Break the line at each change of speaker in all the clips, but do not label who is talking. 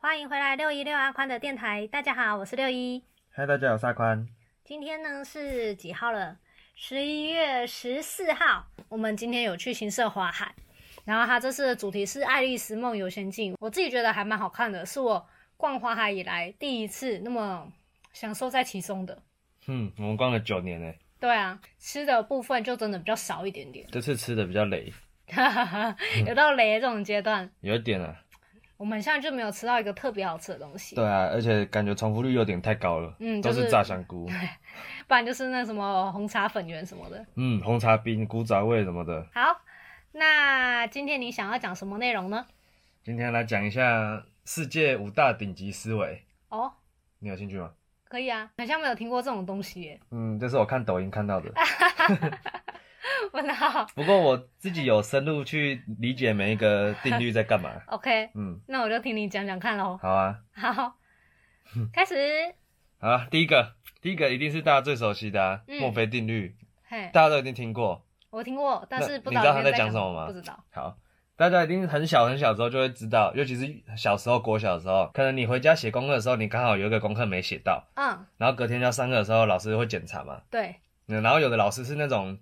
欢迎回来六一六阿宽的电台，大家好，我是六一。
嗨，大家好，我是阿宽。
今天呢是几号了？十一月十四号。我们今天有去新社华海，然后它这次的主题是《爱丽丝梦游仙境》，我自己觉得还蛮好看的，是我逛花海以来第一次那么享受在其中的。
嗯，我们逛了九年呢，
对啊，吃的部分就真的比较少一点点，
这次吃的比较累，
有到雷这种阶段，
有一点啊。
我们现在就没有吃到一个特别好吃的东西，
对啊，而且感觉重复率有点太高了。
嗯
都
就是
炸香菇，
不然就是那什么红茶粉圆什么的。
嗯，红茶冰、古早味什么的。
好，那今天你想要讲什么内容呢？
今天来讲一下世界五大顶级思维，
哦，
你有兴趣吗？
可以啊，好像没有听过这种东西耶。
嗯，这是我看抖音看到
啊
的。
问号。
不过我自己有深入去理解每一个定律在干嘛
，OK，
嗯，
那我就听你讲讲看喽。
好啊，
好，开始。
好啊，第一个，第一个一定是大家最熟悉的、啊
嗯
墨菲定律，
嘿，
大家都一定听过。
我听过，但是
那
不
你知道他
在
在讲什么吗
不知道。
好，大家一定很小很小的时候就会知道，尤其是小时候、国小的时候，可能你回家写功课的时候，你刚好有一个功课没写到，
嗯，
然后隔天要上课的时候，老师会检查嘛。
对，
嗯然后有的老师是那种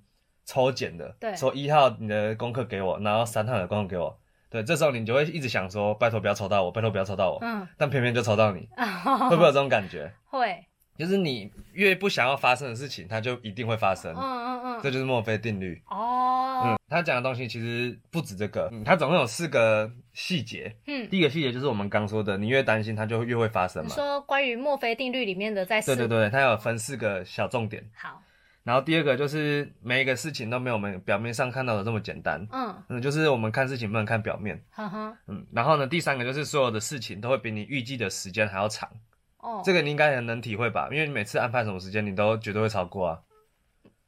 抽检的，
对
说一号你的功课给我，然后三号你的功课给我。对，这时候你就会一直想说，拜托不要抽到我，拜托不要抽到我，
嗯，哦
但偏偏就抽到你，哦 会不会有
会
这种感觉？
嗯 会，
就是你越不想要发生的事情，它就一定会发生
嗯，嗯
这
嗯，
就是墨菲定律。
哦，
嗯，他讲的东西其实不止这个，嗯，他总共有四个细节。
嗯，
第一个细节就是我们刚说的，你越担心，它就越会发生
你
嘛。
说关于墨菲定律里面的在
对对
四，
对，它有分四个小重点。
好，
然后第二个就是每一个事情都没有我们表面上看到的这么简单。
嗯，
嗯，就是我们看事情不能看表面。
呵呵，
嗯，然后呢，第三个就是所有的事情都会比你预计的时间还要长。
哦，
这个你应该很能体会吧？因为你每次安排什么时间，你都绝对会超过啊。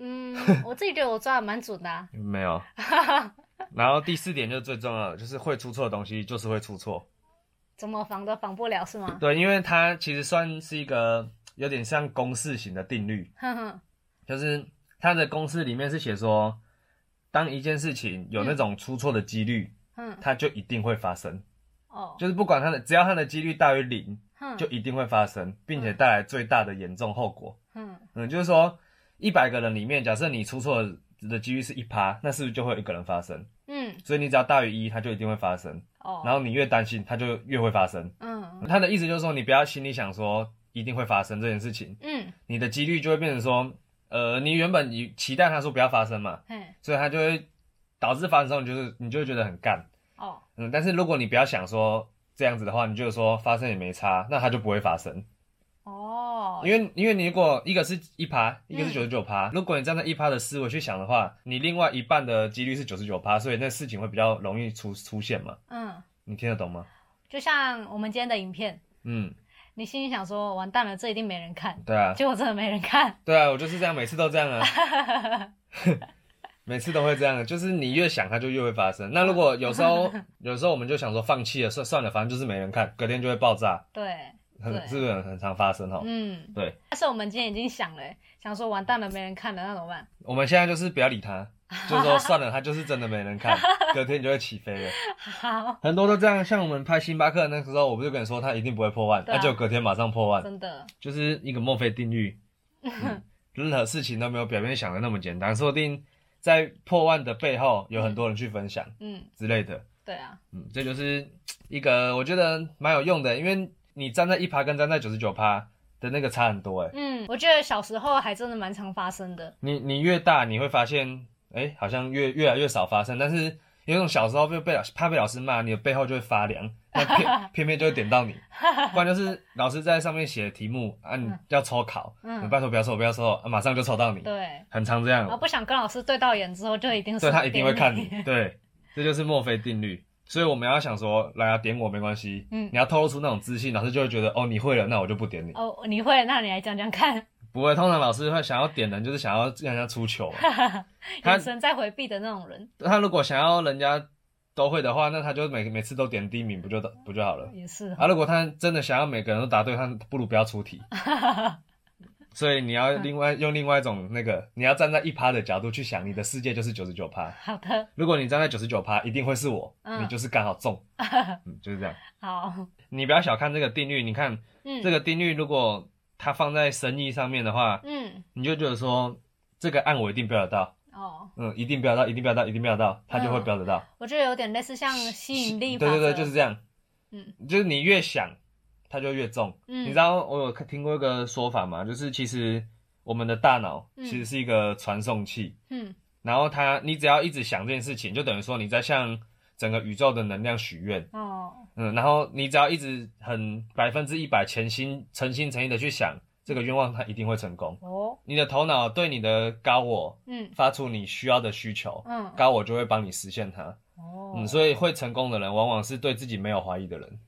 嗯，我自己觉得我抓的蛮准的啊，
没 有。然后第四点就是最重要的，就是会出错的东西就是会出错。
怎么防都防不了是吗？
对，因为它其实算是一个有点像公式型的定律，
哼哼，
就是它的公式里面是写说，当一件事情有那种出错的几率，
哼，
它就一定会发生，
嗯哦，
就是不管它的，只要它的几率大于零，
哼，
就一定会发生，并且带来最大的严重后果。
哼，
嗯，就是说，一百个人里面，假设你出错的几率是一趴，那是不是就会有一个人发生？
嗯，
所以你只要大于一，它就一定会发生。
哦，
然后你越担心，它就越会发生。
嗯
他的意思就是说，你不要心里想说一定会发生这件事情，
嗯，
你的几率就会变成说，呃，你原本你期待他说不要发生嘛，
嘿，
所以他就会导致发生之后，你就是你就会觉得很干，
哦，
嗯，但是如果你不要想说这样子的话，你就说发生也没差，那它就不会发生，
哦，
因为因为你如果一个是一趴，一个是九十九趴，如果你站在一趴的思维去想的话，你另外一半的几率是九十九趴，所以那事情会比较容易出出现嘛，
嗯，
你听得懂吗？
就像我们今天的影片，
嗯，
你心里想说，完蛋了，这一定没人看，
对啊，
结果真的没人看，
对啊，我就是这样，每次都这样啊， 每次都会这样，啊就是你越想它就越会发生。那如果有时候，有时候我们就想说放弃了，算算了，反正就是没人看，隔天就会爆炸，
对，
很
对
是不是很很常发生哈？
嗯，
哦对，
但是我们今天已经想了，欸想说完蛋了，没人看了，那怎么办？
我们现在就是不要理它，就是说算了，它就是真的没人看，隔天就会起飞了。
好，
很多都这样，像我们拍星巴克那个时候，我不是跟你说它一定不会破万，
对
那、
啊
就隔天马上破万，
真的，
就是一个墨菲定 律。嗯任何事情都没有表面想的那么简单，说不定在破万的背后有很多人去分享。
嗯，
之类的。
对啊，
嗯，这就是嘖一个我觉得蛮有用的，因为你站在一趴跟站在九十九趴的那个差很多哎。
嗯，我觉得小时候还真的蛮常发生的，
你你越大，你会发现，哎、好像越越来越少发生，但是。有一种小时候被被老怕被老师骂，你的背后就会发凉，那 偏偏偏就会点到你。不然就是老师在上面写题目啊，你要抽考，
嗯
你拜托不要抽，不要抽，啊马上就抽到你，
对，
很常这
然后
样。
不想跟老师对到眼之后，就一定是
对他一定会看你
点，
对，这就是墨菲定律。所以我们要想说，来啊，点我没关系，
嗯
你要透露出那种自信，老师就会觉得哦，你会了，那我就不点你。
哦，你会，那你来讲讲看，
不会，通常老师会想要点人，就是想要让人家出糗。他
眼神在回避的那种人
他如果想要人家都会的话，那他就每每次都点第一名，不就不就好了？
也是哦，
啊，如果他真的想要每个人都答对，他不如不要 出题。所以你要另外用另外一种那个，你要站在一趴的角度去想，你的世界就是九十九趴。
好的，
如果你站在九十九趴，一定会是我，
嗯
你就是刚好中，嗯，就是这样。
好，
你不要小看这个定律，你看
嗯
这个定律，如果它放在生意上面的话，
嗯
你就觉得说这个案我一定标得到，
哦，
嗯，一定标得到，一定标得到，一定标得到，它就
嗯
会标得到。
我觉得有点类似像吸引力法
对
则，
对对，就是这样。
嗯，
就是你越想，它就越重。
嗯，
你知道我有听过一个说法嘛？就是其实我们的大脑
嗯
其实是一个传送器，
嗯
然后它你只要一直想这件事情，就等于说你在向整个宇宙的能量许愿。
哦
嗯，然后你只要一直很百分之一百全心诚心诚意的去想这个愿望，它一定会成功。
哦
你的头脑对你的高我
嗯
发出你需要的需求，
嗯
高我就会帮你实现它。
哦
嗯，所以会成功的人，往往是对自己没有怀疑的人。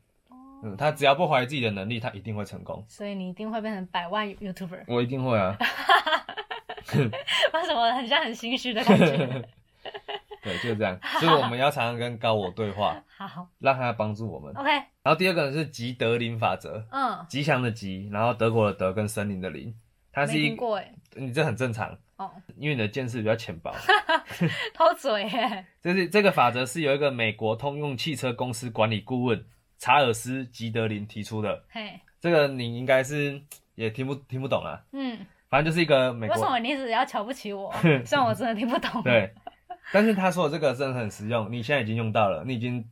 嗯，他只要不怀疑自己的能力，他一定会成功。
所以你一定会变成百万 YouTuber，
我一定会啊，
为什么很像很心虚的感觉？
对，就是这样。所以我们要常常跟高我对话，
好
让他帮助我们。
，OK，
然后第二个是吉德林法则，
嗯，
吉祥的吉，然后德国的德跟森林的林，它
没
是一
听，过哎，
你这很正常，
哦，
因为你的见识比较浅薄。
偷嘴欸耶，
这是这个法则是由一个美国通用汽车公司管理顾问查尔斯吉德林提出的，
嘿，
这个你应该是也听不听不懂啊，
嗯，
反正就是一个美
为
国
什么你一直要瞧不起 我？虽然我真的听不懂，，
对，但是他说的这个真的很实用，你现在已经用到了，你已经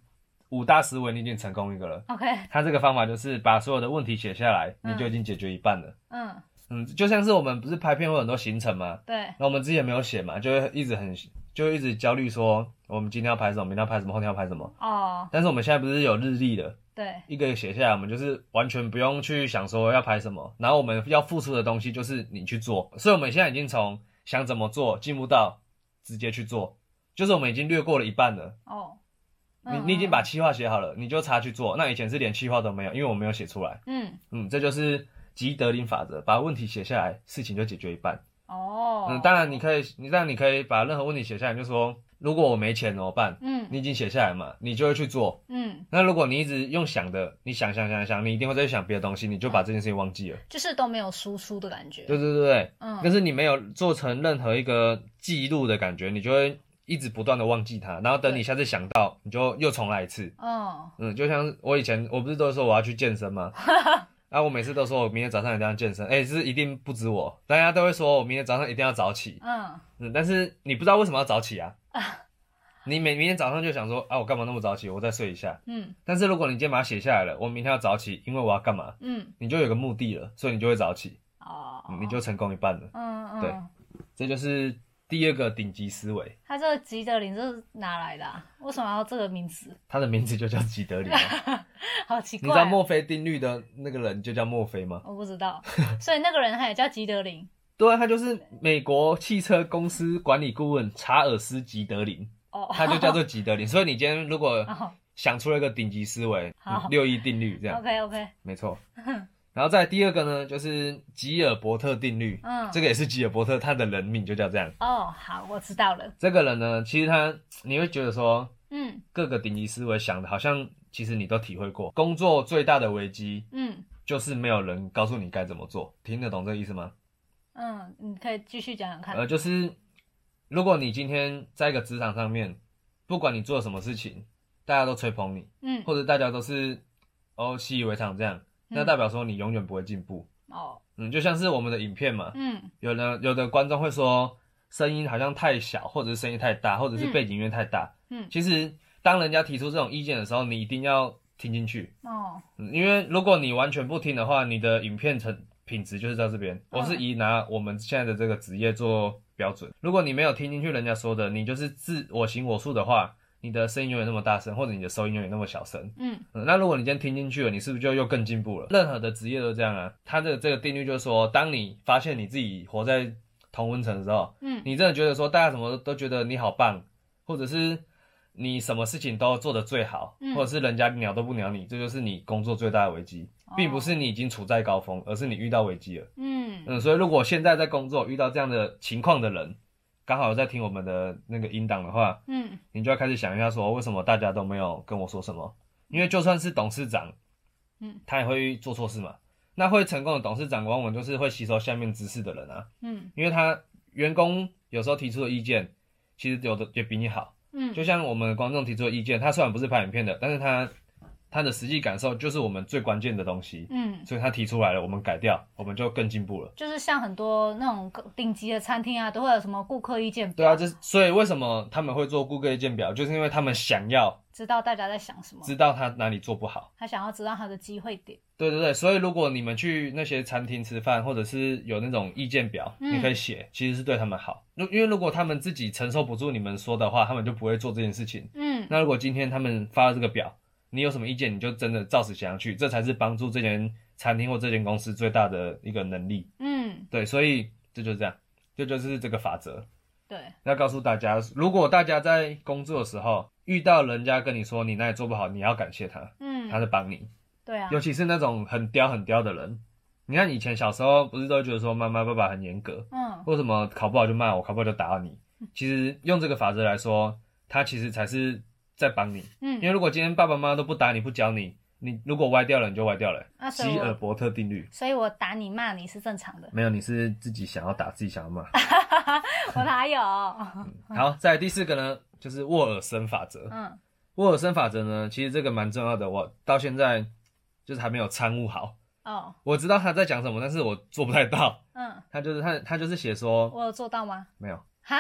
五大思维，你已经成功一个了。
，OK，
他这个方法就是把所有的问题写下来，
嗯
你就已经解决一半了。
嗯，
嗯，就像是我们不是拍片会有很多行程吗？
对，
那我们之前没有写嘛，就会一直很就会一直焦虑说我们今天要拍什么，明天要拍什么，后天要拍什么。
哦，
但是我们现在不是有日历的，
对，
一个写下来，我们就是完全不用去想说要拍什么，然后我们要付出的东西就是你去做，所以我们现在已经从想怎么做进步到直接去做，就是我们已经略过了一半了。
哦，
你
嗯
你已经把，计划写好了，你就差去做。那以前是连计划都没有，因为我没有写出来。
嗯，
嗯，这就是吉德林法则，把问题写下来，事情就解决一半。
哦，
嗯，当然你，可以，你当然你可以把任何问题写下来，你就说如果我没钱怎么办？
嗯
你已经写下来嘛，你就会去做。
嗯，
那如果你一直用想的，你想想想想，你一定会再去想别的东西，你就把这件事情忘记了。
就是都没有输出的感觉，
对对对对，
嗯，
但是你没有做成任何一个记录的感觉，你就会一直不断的忘记它，然后等你
对
下次想到，你就又重来一次。
嗯，
嗯，就像我以前，我不是都说我要去健身吗？啊，我每次都说我明天早上一定要健身，哎、这是一定不止我，大家都会说我明天早上一定要早起，
嗯，
嗯，但是你不知道为什么要早起啊。你每明天早上就想说啊，我干嘛那么早起？我再睡一下。
嗯，
但是如果你今天把它写下来了，我明天要早起，因为我要干嘛，
嗯，
你就有个目的了，所以你就会早起，
哦，
嗯你就成功一半了。
嗯嗯，
对这就是第二个顶级思维，
他这个吉德林这是哪来的、啊？为什么要这个名字？
他的名字就叫吉德林哦。
好奇
你
怪
知
哦、
道墨菲定律的那个人就叫墨菲吗？
我不知道， 所以那个人他也叫吉德林
对啊，他就是美国汽车公司管理顾问查尔斯吉德林，
哦。
他就叫做吉德林。所以你今天如果
哦
想出了一个顶级思维，
好
嗯六一定律这样，
，OK OK，
没错。然后再第二个呢，就是吉尔伯特定律，
嗯，
这个也是吉尔伯特，他的人名就叫这样。
哦，好，我知道了。
这个人呢，其实他你会觉得说，
嗯
各个顶级思维想的，好像其实你都体会过。工作最大的危机
嗯
就是没有人告诉你该怎么做，听得懂这个意思吗？
嗯，你可以继续讲讲看。
呃，就是如果你今天在一个职场上面，不管你做什么事情，大家都吹捧你，
嗯
或者大家都是哦习以为常这样，那
嗯
代表说你永远不会进步。
哦
嗯，就像是我们的影片嘛，
嗯
有的有的观众会说声音好像太小，或者是声音太大，或者是
嗯
背景音乐太大。
嗯
其实当人家提出这种意见的时候，你一定要听进去，
哦
嗯因为如果你完全不听的话，你的影片成品质就是在这边。我是以拿我们现在的这个职业做标准，如果你没有听进去人家说的，你就是自我行我素的话，你的声音永远那么大声，或者你的收音永远那么小声。
嗯
嗯，那如果你今天听进去了，你是不是就又更进步了？任何的职业都这样啊。它的这个定律就是说，当你发现你自己活在同温层的时候，
嗯
你真的觉得说大家什么都觉得你好棒，或者是你什么事情都做得最好，
嗯
或者是人家鸟都不鸟你，这就是你工作最大的危机，
哦
并不是你已经处在高峰，而是你遇到危机了。
嗯
嗯，所以如果现在在工作遇到这样的情况的人，刚好有在听我们的那个音档的话，
嗯
你就要开始想一下说为什么大家都没有跟我说什么？因为就算是董事长，
嗯，
他也会做错事嘛。那会成功的董事长，往往就是会吸收下面知识的人啊。
嗯
因为他员工有时候提出的意见，其实有的也比你好。
嗯，
就像我们观众提出的意见，他虽然不是拍影片的，但是他他的实际感受就是我们最关键的东西，
嗯，
所以他提出来了，我们改掉，我们就更进步了。
就是像很多那种顶级的餐厅啊，都会有什么顾客意见
对
表，
啊，这所以为什么他们会做顾客意见表，就是因为他们想要
知道大家在想什么，
知道他哪里做不好。
他想要知道他的机会点。
对对对，所以如果你们去那些餐厅吃饭，或者是有那种意见表，
嗯
你可以写，其实是对他们好。如因为如果他们自己承受不住你们说的话，他们就不会做这件事情。
嗯，
那如果今天他们发了这个表，你有什么意见，你就真的照实写上去，这才是帮助这间餐厅或这间公司最大的一个能力。
嗯，
对，所以这就是这样，这就是这个法则。
对，
要告诉大家，如果大家在工作的时候遇到人家跟你说你哪里做不好，你要感谢他，他
嗯，
在帮你。
对啊，
尤其是那种很刁很刁的人，你看以前小时候不是都觉得说妈妈爸爸很严格，
嗯，
或什么考不好就骂我，考不好就打你。其实用这个法则来说，他其实才是在帮你。
嗯，
因为如果今天爸爸妈妈都不打你不教你，你如果歪掉了你就歪掉了。
那所以
吉尔
啊我，
伯特定律
所以我打你骂你是正常的，
没有，你是自己想要打自己想要骂。
我哪有？
好，再来第四个呢，就是沃尔森法则。
嗯
沃尔森法则呢，其实这个蛮重要的，我到现在就是还没有参悟好。
哦，
我知道他在讲什么，但是我做不太到。
嗯，
他就是他他就是写说
我有做到吗？
没有
哈，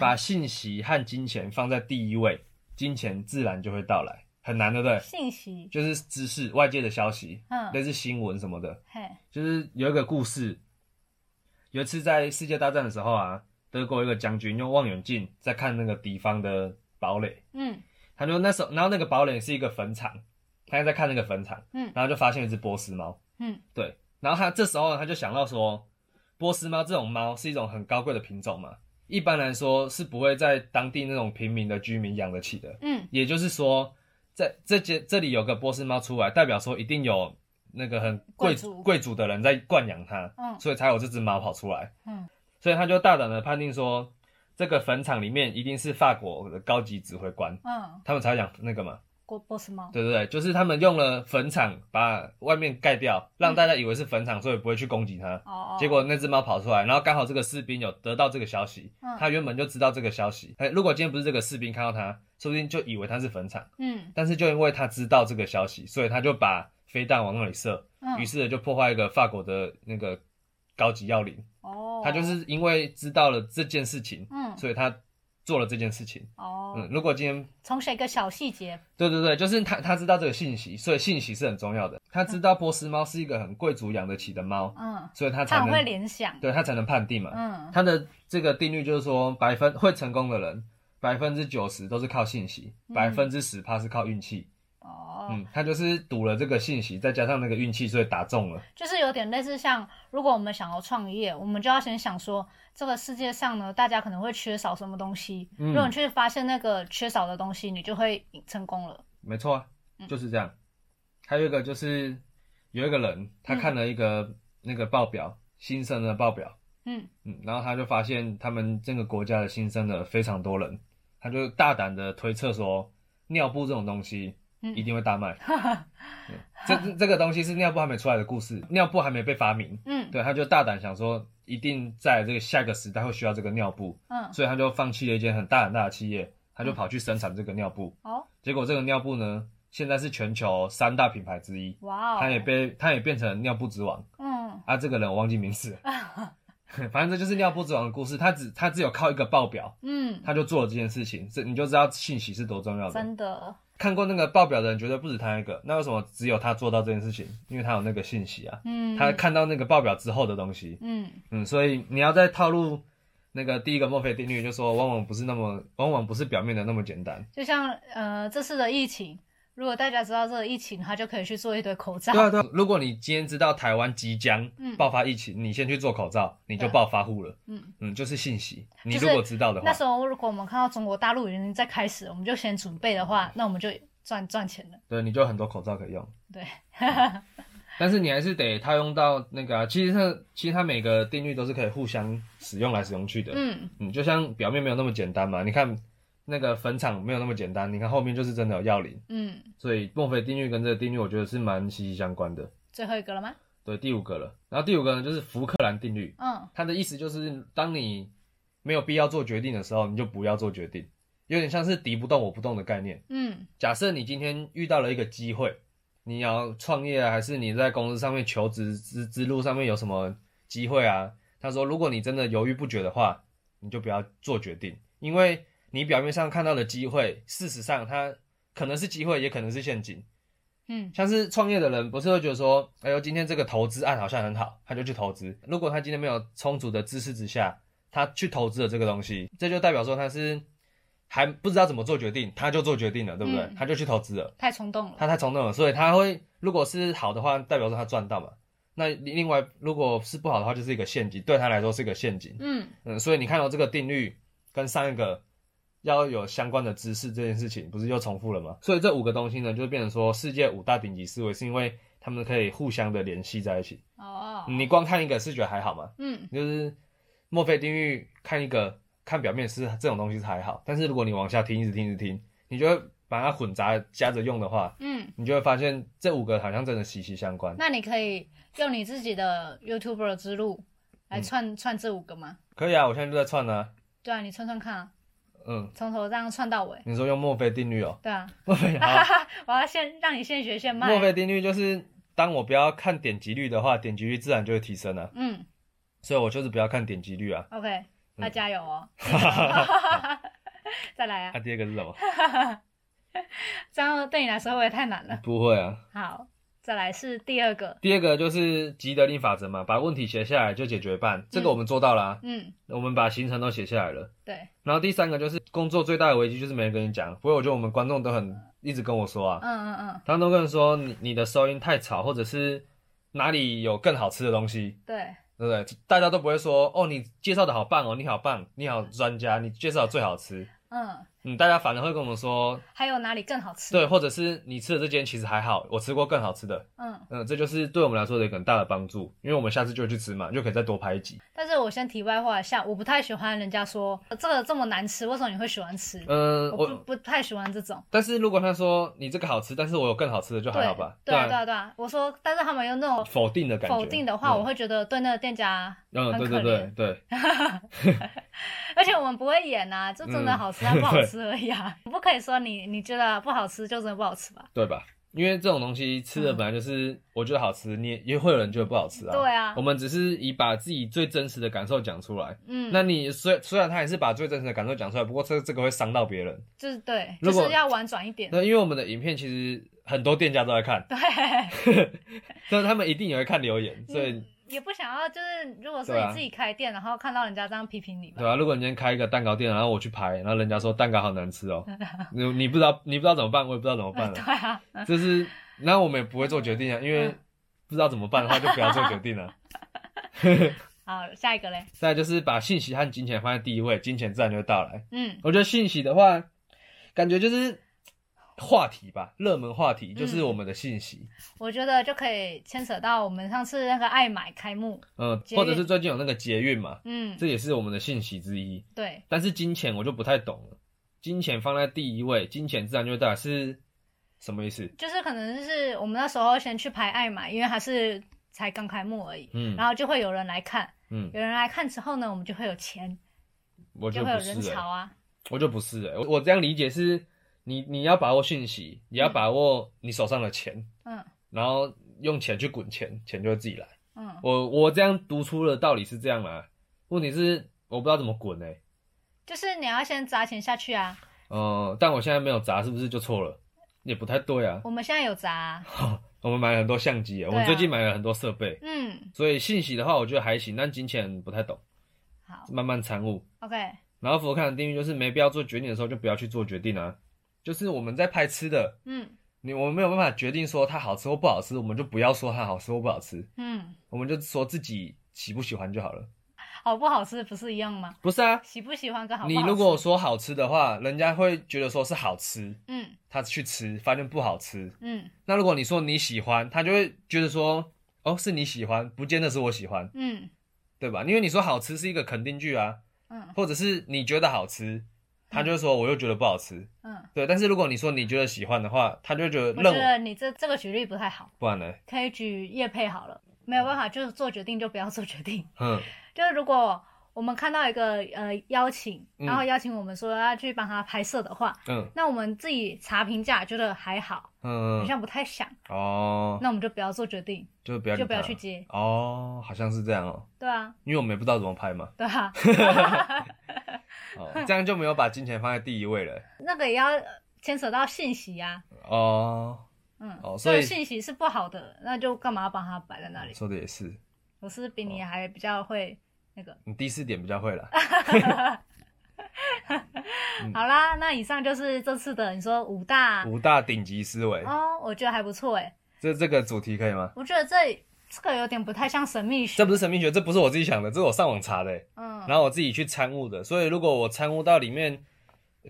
把信息和金钱放在第一位，金钱自然就会到来，很难对不对？
信息，
就是知识、外界的消息，
嗯，
类似新闻什么的，
嘿，
就是有一个故事，有一次在世界大战的时候啊，德国有一个将军用望远镜在看那个敌方的堡垒，
嗯
他就那时候，然后那个堡垒是一个坟场，他在看那个坟场，
嗯
然后就发现一只波斯猫，
嗯，
对，然后他这时候他就想到说，波斯猫这种猫是一种很高贵的品种嘛，一般来说是不会在当地那种平民的居民养得起的，
嗯
也就是说，在这节这里有个波斯猫出来，代表说一定有那个很贵
贵族
贵族的人在惯养它，
嗯
所以才有这只猫跑出来。
嗯，
所以他就大胆的判定说，这个坟场里面一定是法国的高级指挥官，
嗯，
他们才养那个嘛，
波波斯猫，
对不对？就是他们用了坟场把外面盖掉，让大家以为是坟场，所以不会去攻击它。
哦哦，
结果那只猫跑出来，然后刚好这个士兵有得到这个消息，
嗯
他原本就知道这个消息。哎、如果今天不是这个士兵看到它，说不定就以为它是坟场。
嗯
但是就因为他知道这个消息，所以他就把飞弹往那里射，
嗯，
于是就破坏一个法国的那个高级要领。
哦，
他就是因为知道了这件事情，
嗯
所以他做了这件事情。嗯
哦，，
如果今天
从小一个小细节，
对对对，就是他他知道这个信息，所以信息是很重要的。他知道波斯猫是一个很贵族养得起的猫，
嗯，
所以他
他
才
很会
能
联想，
对他才能判定嘛。
嗯
他的这个定律就是说，百分会成功的人，百分之九十都是靠信息，
嗯
百分之十怕是靠运气。
哦，
嗯，他就是赌了这个信息，再加上那个运气，所以打中了。
就是有点类似像，如果我们想要创业，我们就要先想说，这个世界上呢，大家可能会缺少什么东西。
嗯
如果你去发现那个缺少的东西，你就会成功了。
没错啊，
嗯
就是这样。还有一个就是有一个人，他看了一个、那个报表，新生的报表，
嗯
嗯，然后他就发现他们这个国家的新生的非常多人，他就大胆的推测说，尿布这种东西
嗯
一定会 大卖。嗯这这这个东西是尿布还没出来的故事，尿布还没被发明，
嗯
对，他就大胆想说，一定在这个下一个时代会需要这个尿布。
嗯，
所以他就放弃了一间很大很大的企业，他就跑去生产这个尿布。
哦，
结果这个尿布呢，现在是全球三大品牌之一，
哇哦，
他也被他也变成尿布之王
嗯
啊！这个人我忘记名字了， 反正这就是尿布之王的故事。他只他只有靠一个报表，
嗯，
他就做了这件事情，这你就知道信息是多重要的。
真的，
看过那个报表的人绝对不止他一个，那为什么只有他做到这件事情？因为他有那个信息啊，
嗯，
他看到那个报表之后的东西。
嗯
嗯，所以你要再套路那个第一个墨菲定律，就说往往不是那么，往往不是表面的那么简单。
就像呃这次的疫情，如果大家知道这个疫情，他就可以去做一堆口罩。
对啊，对啊。如果你今天知道台湾即将
嗯
爆发疫情，你先去做口罩，你就
对
暴发户了。
嗯
嗯，就是信息。你
就是
如果知道的话，
那时候如果我们看到中国大陆已经在开始，我们就先准备的
嗯
话，那我们就赚赚钱了。
对，你就有很多口罩可以用。
对，
但是你还是得套用到那个啊、其实它其实它每个定律都是可以互相使用来使用去的。
嗯。
嗯，就像表面没有那么简单嘛，你看那个坟场没有那么简单，你看后面就是真的有药灵，
嗯，
所以墨菲定律跟这个定律我觉得是蛮息息相关的。
最后一个了吗？
对，第五个了。然后第五个呢，就是福克兰定律，
嗯，
它的意思就是，当你没有必要做决定的时候，你就不要做决定，有点像是敌不动我不动的概念。
嗯
假设你今天遇到了一个机会，你要创业啊，还是你在公司上面求职之之路上面有什么机会啊？他说，如果你真的犹豫不决的话，你就不要做决定，因为你表面上看到的机会，事实上它可能是机会，也可能是陷阱。
嗯
像是创业的人，不是会觉得说，哎呦，今天这个投资案好像很好，他就去投资。如果他今天没有充足的知识之下，他去投资了这个东西，这就代表说他是还不知道怎么做决定，他就做决定了，对不对？
嗯
他就去投资了。
太冲动了。
他太冲动了，所以他会如果是好的话，代表说他赚到嘛。那另外如果是不好的话，就是一个陷阱，对他来说是一个陷阱。
嗯
嗯，所以你看到这个定律跟上一个要有相关的知识这件事情，不是又重复了吗？所以这五个东西呢，就变成说世界五大顶级思维，是因为他们可以互相的联系在一起。
哦，
你光看一个是觉得还好嘛，
嗯
就是墨菲定律看一个看表面是这种东西是还好，但是如果你往下听，一直听，一直听，你就会把它混杂加着用的话，
嗯，
你就会发现这五个好像真的息息相关。
那你可以用你自己的 YouTuber 之路
嗯
来串、串这五个吗？
可以啊，我现在就在串啊。
对啊，你串串看啊，
嗯，
从头这样串到尾。
你说用墨菲定律哦，
对啊，
墨菲好，
我要现让你现学现卖。
墨菲定律就是当我不要看点击率的话，点击率自然就会提升啊。
嗯
所以我就是不要看点击 率啊。
，OK，那加油 哦。 再来
那、
啊，
第二个是什么？
这样对你来说会不会太难了？
不会啊。
好，再来是第二个。
第二个就是吉德力法则嘛，把问题写下来就解决一半，这个
嗯
我们做到啦、
嗯，
我们把行程都写下来了。
对，
然后第三个就是工作最大的危机就是没人跟你讲，不过我觉得我们观众都很一直跟我说啊，
嗯嗯嗯，
他们都跟人说你你的收音太吵，或者是哪里有更好吃的东西，
对，
对不对？大家都不会说哦，你介绍的好棒哦，你好棒，你好专家，你介绍得最好吃。
嗯，
嗯，大家反而会跟我们说，
还有哪里更好吃？
对，或者是你吃的这间其实还好，我吃过更好吃的。
嗯，
嗯，这就是对我们来说的一个很大的帮助，因为我们下次就会去吃嘛，就可以再多拍一集。
但是我先题外话一下，我不太喜欢人家说呃这个这么难吃，为什么你会喜欢吃？
嗯，
我
我
不不太喜欢这种。
但是如果他说你这个好吃，但是我有更好吃的，就
对
还好吧？
对啊，对
啊
啊，对啊。我说，但是他们用那种
否定的感觉，
否定的话，
嗯
我会觉得对那个店 家，
嗯，
很
对
可
对对
怜
对，
而且我们不会演啊，就真的好吃还不好吃而已
嗯
啊。你不可以说你你觉得不好吃就真的不好吃吧？
对吧？因为这种东西吃的本来就是，我觉得好吃，你也也会有人觉得不好吃啊。
嗯对啊
我们只是以把自己最真实的感受讲出来。
嗯，
那你虽虽然他也是把最真实的感受讲出来，不过这这个会伤到别人。
就是对，就
如果
是要婉转一点。
那因为我们的影片其实很多店家都在看，
对，
所以他们一定也会看留言。所以
嗯也不想要，就是如果是
对啊
你自己开店，然后看到人家这样批评你吧
对，啊，如果你今天开一个蛋糕店，然后我去排，然后人家说蛋糕好难吃 哦，你你不知道你不知道怎么办，我也不知道怎么办
对
了。
啊，嗯
就是，然后我们也不会做决定啊，因为
嗯
不知道怎么办的话，就不要做决 定了。
好，下一个嘞，
再来就是把信息和金钱放在第一位，金钱自然就会到来。
嗯
我觉得信息的话，感觉就是话题吧，热门话题就是
嗯
我们的信息，
我觉得就可以牵扯到我们上次那个爱买开幕，
嗯，
捷运
或者是最近有那个捷运嘛，
嗯，
这也是我们的信息之一。
对，
但是金钱我就不太懂了，金钱放在第一位，金钱自然就会到来是什么意思？
就是可能就是我们那时候先去排爱买，因为它是才刚开幕而已，
嗯
然后就会有人来看，
嗯，
有人来看之后呢，我们就会有钱，
我就
就会有
不
人
是、欸
潮，啊，
我就不是、欸，我我这样理解是，你你要把握信息，也要把握你手上的钱，
嗯
然后用钱去滚钱，钱就会自己来。
嗯，
我我这样读出的道理是这样啦，问题是我不知道怎么滚哎、
就是你要先砸钱下去啊，
呃，但我现在没有砸，是不是就错了？也不太对啊。
我们现在有砸、啊，
我们买了很多相机欸、我
对
们
啊
最近买了很多设备，
嗯，
所以信息的话我觉得还行，但金钱不太懂，
好
慢慢参悟。
，OK，
然后佛看的定律就是没必要做决定的时候就不要去做决定啊，就是我们在拍吃的，
嗯
你我们没有办法决定说它好吃或不好吃，我们就不要说它好吃或不好吃，
嗯，
我们就说自己喜不喜欢就好了。
好不好吃不是一样吗？
不是啊，
喜不喜欢跟好不
你
好
如
吃
果说好吃的话，人家会觉得说是好吃，
嗯
他去吃发现不好吃。
嗯
那如果你说你喜欢，他就会觉得说，哦，是你喜欢，不见得是我喜欢，
嗯
对吧？因为你说好吃是一个肯定句啊，
嗯
或者是你觉得好吃，他就会说我又觉得不好吃，
嗯，
对。但是如果你说你觉得喜欢的话，他就会觉得
我
认
觉得你这这个举例不太好，
不然呢？
可以举叶配好了。没有办法，就是做决定就不要做决定。
嗯
就是如果我们看到一个呃邀请，
嗯
然后邀请我们说要去帮他拍摄的话，
嗯
那我们自己查评价觉得还好，好
嗯
像不太想，
哦，
那我们就不要做决定，
就不要理
就不要
他
去接，
哦，好像是这样哦，
对啊，
因为我们也不知道怎么拍嘛，
对 啊，
哦，这样就没有把金钱放在第一位了
那个也要呃牵扯到信息啊，
哦，
嗯，
哦
这
所
个
以
信息是不好的，那就干嘛帮他摆在那里？
说的也是，
我是比
哦
你还比较会那个。
你第四点比较会了，
好啦，那以上就是这次的你说五大
嗯五大顶级思维，
啊哦，我觉得还不错哎，
这这个主题可以吗？
我觉得这这个有点不太像神秘学，
这不是神秘学，这不是我自己想的，这是我上网查的欸，
嗯
然后我自己去参悟的。所以如果我参悟到里面，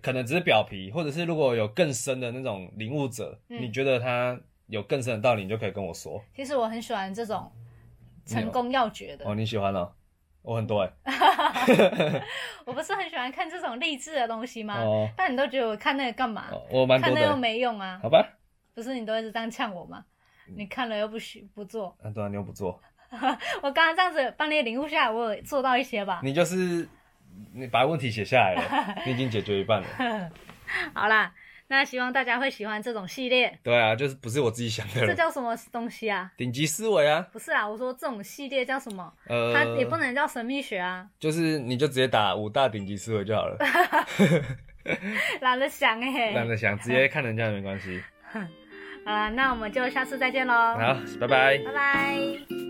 可能只是表皮，或者是如果有更深的那种领悟者，
嗯
你觉得他有更深的道理，你就可以跟我说。
其实我很喜欢这种成功要诀的
哦，，你喜欢哦？我很多哎、
我不是很喜欢看这种励志的东西吗？
哦
但你都觉得我看那个干嘛？
哦，我蛮
啊看
多
那
的
又
欸。
没用啊！
好吧，
不是你都一直这样呛我吗？
嗯
你看了又不许不做，
啊，对啊，你又不做，
我刚刚这样子帮你领悟下来，我有做到一些吧。
你就是你把问题写下 来了，你已经解决一半了。嗯
好啦，那希望大家会喜欢这种系列。
对啊，就是不是我自己想的
这
了，
叫什么东西啊？
顶级思维啊，
不是啊，我说这种系列叫什么？
呃，
它也不能叫神秘学啊，
就是你就直接打五大顶级思维就好了，
懒得想哎、
懒得想，直接看人家也没关系。
好啦，那我们就下次再见喽，
好，拜拜。
拜拜。